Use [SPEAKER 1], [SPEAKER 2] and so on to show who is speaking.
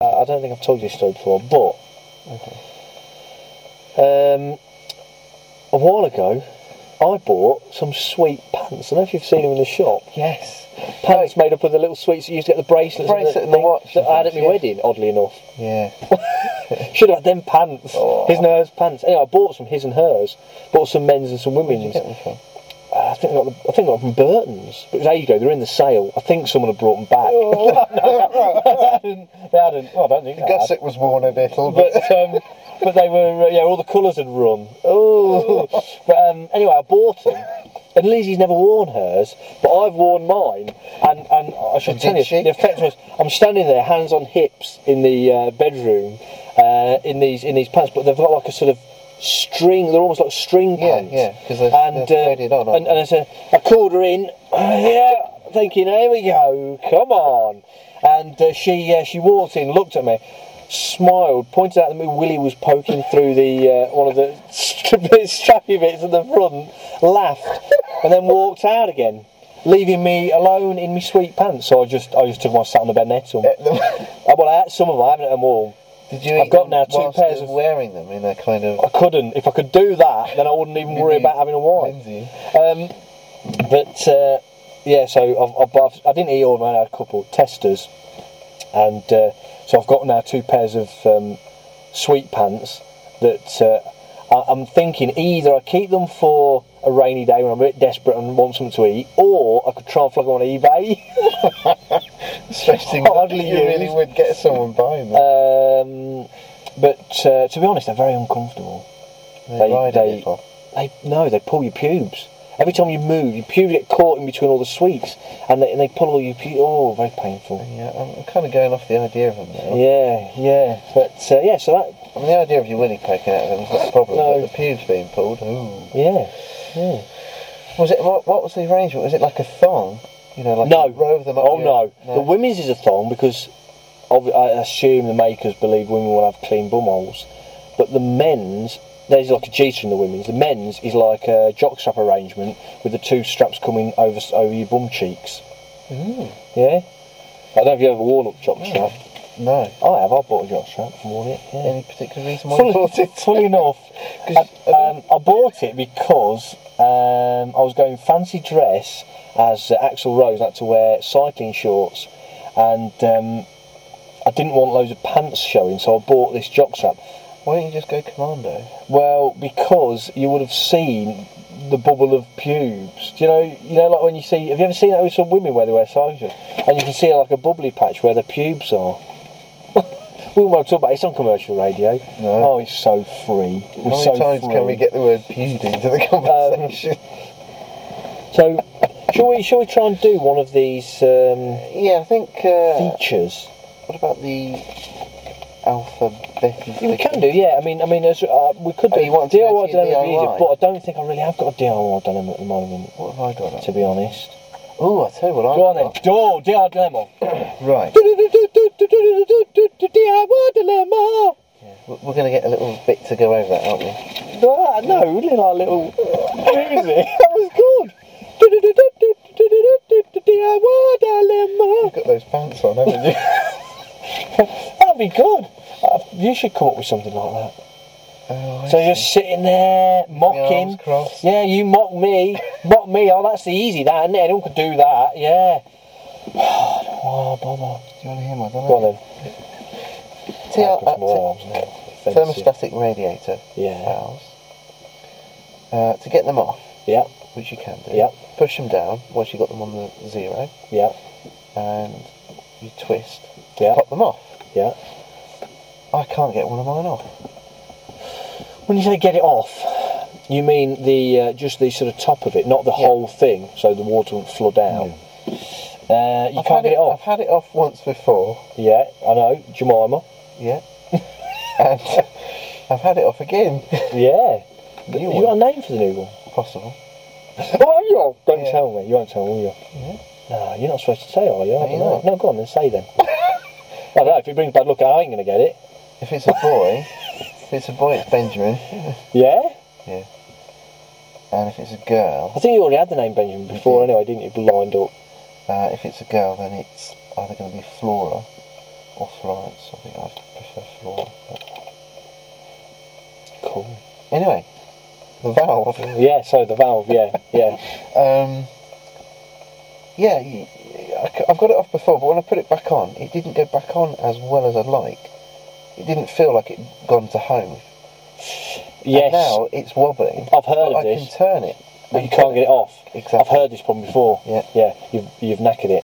[SPEAKER 1] I I don't think I've told you this story before, but
[SPEAKER 2] Okay.
[SPEAKER 1] um, a while ago, I bought some sweet pants. I don't know if you've seen them in the shop.
[SPEAKER 2] Yes.
[SPEAKER 1] Pants made up of the little sweets you used to get the bracelets,
[SPEAKER 2] bracelet and the
[SPEAKER 1] thing
[SPEAKER 2] watch
[SPEAKER 1] that
[SPEAKER 2] and
[SPEAKER 1] I had at
[SPEAKER 2] things,
[SPEAKER 1] my
[SPEAKER 2] yeah.
[SPEAKER 1] wedding. Oddly enough,
[SPEAKER 2] Yeah.
[SPEAKER 1] should have had them pants.
[SPEAKER 2] Oh.
[SPEAKER 1] His and hers pants. Anyway, I bought some his and hers. Bought some men's and some women's.
[SPEAKER 2] Get them from-
[SPEAKER 1] I think I got, the, I think I got them from Burton's. But there you go. They're in the sale. I think someone had brought them back.
[SPEAKER 2] Oh,
[SPEAKER 1] I didn't, they hadn't. Well, I don't think they had.
[SPEAKER 2] Gossip was worn a little, but,
[SPEAKER 1] but um, but they were uh, yeah, all the colours had run. Oh, but um, anyway, I bought them. And Lizzie's never worn hers, but I've worn mine. And, and I should
[SPEAKER 2] And
[SPEAKER 1] tell
[SPEAKER 2] did
[SPEAKER 1] you,
[SPEAKER 2] she?
[SPEAKER 1] the effect was I'm standing there, hands on hips, in the uh, bedroom, uh, in these in these pants. But they've got like a sort of string. They're almost like string
[SPEAKER 2] Yeah,
[SPEAKER 1] pants.
[SPEAKER 2] yeah, 'cause they're-
[SPEAKER 1] and
[SPEAKER 2] they're
[SPEAKER 1] uh,
[SPEAKER 2] threaded
[SPEAKER 1] and,
[SPEAKER 2] on, aren't
[SPEAKER 1] and I said, I called her in. Oh, yeah, thinking, here we go, come on. And uh, she uh, she walked in, looked at me, smiled, pointed out that my willy was poking through the uh, one of the strappy bits at the front, laughed, and then walked out again, leaving me alone in my sweet pants. So I just I just took one, sat on the bed and ate them.
[SPEAKER 2] Ate them.
[SPEAKER 1] Uh, well, I had some of them, I haven't had them all.
[SPEAKER 2] did you?
[SPEAKER 1] I've
[SPEAKER 2] eat
[SPEAKER 1] got
[SPEAKER 2] them
[SPEAKER 1] now two
[SPEAKER 2] whilst
[SPEAKER 1] pairs
[SPEAKER 2] you were
[SPEAKER 1] of-
[SPEAKER 2] wearing them in a kind of.
[SPEAKER 1] I couldn't. If I could do that, then I wouldn't even worry
[SPEAKER 2] Maybe
[SPEAKER 1] about having a wife.
[SPEAKER 2] Lindsay.
[SPEAKER 1] Um, but uh, yeah, so I've, I've, I've, I didn't eat all mine. I had a couple testers, and uh, so I've got now two pairs of um, sweet pants that uh, I, I'm thinking either I keep them for a rainy day when I'm a bit desperate and want something to eat, or I could try and flog them on eBay.
[SPEAKER 2] Stressing.
[SPEAKER 1] Hardly
[SPEAKER 2] you really
[SPEAKER 1] used.
[SPEAKER 2] would get someone buying them.
[SPEAKER 1] um, but uh, to be honest, they're very uncomfortable. they-
[SPEAKER 2] they ride
[SPEAKER 1] Uh, they-
[SPEAKER 2] a little.
[SPEAKER 1] They no, they pull your pubes. Every time you move, your pubes get caught in between all the sweets, and they, and they pull all your pubes. Oh, very painful.
[SPEAKER 2] Yeah, I'm, I'm kind of going off the idea of them now.
[SPEAKER 1] Yeah, yeah, but uh, yeah, so that,
[SPEAKER 2] I mean, the idea of your willy poking out of them is not a problem.
[SPEAKER 1] No.
[SPEAKER 2] But the pubes being pulled. Ooh.
[SPEAKER 1] yeah, yeah.
[SPEAKER 2] Was it? What, what was the arrangement? Was it like a thong? You know, like
[SPEAKER 1] no,
[SPEAKER 2] you rove them up.
[SPEAKER 1] oh
[SPEAKER 2] your-
[SPEAKER 1] no. the women's is a thong because obvi- I assume the makers believe women will have clean bumholes, but the men's there's like a Jeter in the women's. The men's is like a jockstrap arrangement with the two straps coming over over your bum cheeks. Mm. Yeah, I don't know if you ever worn a jockstrap.
[SPEAKER 2] no.
[SPEAKER 1] Mm. I have. I bought a jockstrap and worn it. Yeah.
[SPEAKER 2] Any particular reason why you
[SPEAKER 1] Funny,
[SPEAKER 2] bought it?
[SPEAKER 1] funny enough, I,
[SPEAKER 2] 'Cause-
[SPEAKER 1] um, I bought it because um, I was going fancy dress as uh, Axel Rose had to wear cycling shorts, and um, I didn't want loads of pants showing, so I bought this jockstrap.
[SPEAKER 2] Why don't you just go commando?
[SPEAKER 1] Well, because you would have seen the bubble of pubes. Do you know? You know, like when you see. Have you ever seen that with some women where they wear sizes, and you can see like a bubbly patch where the pubes are. we won't talk about it. It's on commercial radio.
[SPEAKER 2] No.
[SPEAKER 1] Oh, it's so free.
[SPEAKER 2] How
[SPEAKER 1] We're
[SPEAKER 2] many
[SPEAKER 1] so
[SPEAKER 2] times
[SPEAKER 1] free.
[SPEAKER 2] can we get the word pubes into the conversation?
[SPEAKER 1] So, shall we? Shall we try and do one of these um,
[SPEAKER 2] yeah, I think. Uh,
[SPEAKER 1] features?
[SPEAKER 2] what about the alphabet?
[SPEAKER 1] Yeah, we can do. Yeah, I mean, I mean, there's, uh, we could do
[SPEAKER 2] Oh, you want to
[SPEAKER 1] DIY
[SPEAKER 2] go to your
[SPEAKER 1] dilemma would be easier,
[SPEAKER 2] DIY?
[SPEAKER 1] but I don't think I really have got a DIY dilemma at the moment.
[SPEAKER 2] What have I got?
[SPEAKER 1] To be honest.
[SPEAKER 2] Oh, I tell you what I've
[SPEAKER 1] Go on then.
[SPEAKER 2] got.
[SPEAKER 1] Do DIY dilemma.
[SPEAKER 2] Right.
[SPEAKER 1] DIY dilemma.
[SPEAKER 2] We're going to get a little bit to go over that, aren't we?
[SPEAKER 1] No, no, we did our little music. That was good. DIY dilemma.
[SPEAKER 2] You've got those pants on, haven't you?
[SPEAKER 1] That'd be good. Uh, You should come up with something like that.
[SPEAKER 2] oh, I
[SPEAKER 1] So you're sitting there
[SPEAKER 2] arms
[SPEAKER 1] mocking.
[SPEAKER 2] crossed.
[SPEAKER 1] Yeah, you mock me, mock me. Oh, that's the easy that, isn't it? Anyone could do that. Yeah. Oh, bother.
[SPEAKER 2] Do you want to hear my
[SPEAKER 1] Go on then.
[SPEAKER 2] See,
[SPEAKER 1] I've got
[SPEAKER 2] uh,
[SPEAKER 1] some more arms now.
[SPEAKER 2] t-
[SPEAKER 1] Offensive.
[SPEAKER 2] thermostatic radiator
[SPEAKER 1] Yeah.
[SPEAKER 2] valves. Uh, to get them off,
[SPEAKER 1] Yeah.
[SPEAKER 2] which you can do,
[SPEAKER 1] Yep.
[SPEAKER 2] push them down once you've got them on the zero,
[SPEAKER 1] Yeah.
[SPEAKER 2] and you twist, to
[SPEAKER 1] Yeah.
[SPEAKER 2] pop them off.
[SPEAKER 1] Yeah.
[SPEAKER 2] I can't get one of mine off.
[SPEAKER 1] When you say get it off, you mean the uh, just the sort of top of it, not the whole thing, so the water won't flood out. Uh, you
[SPEAKER 2] I've
[SPEAKER 1] can't
[SPEAKER 2] had
[SPEAKER 1] get it off.
[SPEAKER 2] I've had it off once before,
[SPEAKER 1] Yeah, I know, Jemima.
[SPEAKER 2] yeah. and I've had it off again.
[SPEAKER 1] Yeah.
[SPEAKER 2] New
[SPEAKER 1] you
[SPEAKER 2] one.
[SPEAKER 1] got a name for the new one?
[SPEAKER 2] Possible.
[SPEAKER 1] Oh, you Don't
[SPEAKER 2] Yeah.
[SPEAKER 1] tell me. You won't tell me, will you? No, you're not supposed to say, are you? I don't
[SPEAKER 2] you're
[SPEAKER 1] know.
[SPEAKER 2] not.
[SPEAKER 1] No, go on then, say then. I don't know, if it brings bad luck, I ain't going to get it.
[SPEAKER 2] If it's a boy, if it's a boy, it's Benjamin.
[SPEAKER 1] Yeah?
[SPEAKER 2] And if it's a girl,
[SPEAKER 1] I think you already had the name Benjamin before anyway, didn't you? Lined up.
[SPEAKER 2] Uh, if it's a girl, then it's either going to be Flora or Florence. I think I'd prefer Florence. but-
[SPEAKER 1] Cool.
[SPEAKER 2] Anyway, the valve.
[SPEAKER 1] Yeah, so the valve, yeah, yeah.
[SPEAKER 2] Um, yeah, y- I c- I've got it off before, but when I put it back on, it didn't go back on as well as I'd like. It didn't feel like it'd gone to home.
[SPEAKER 1] Yes,
[SPEAKER 2] Now it's wobbling.
[SPEAKER 1] I've heard
[SPEAKER 2] but
[SPEAKER 1] of
[SPEAKER 2] I
[SPEAKER 1] this.
[SPEAKER 2] can turn it.
[SPEAKER 1] but you can't get it off.
[SPEAKER 2] Exactly.
[SPEAKER 1] I've heard this problem before.
[SPEAKER 2] Yeah.
[SPEAKER 1] Yeah, you've, you've knackered it.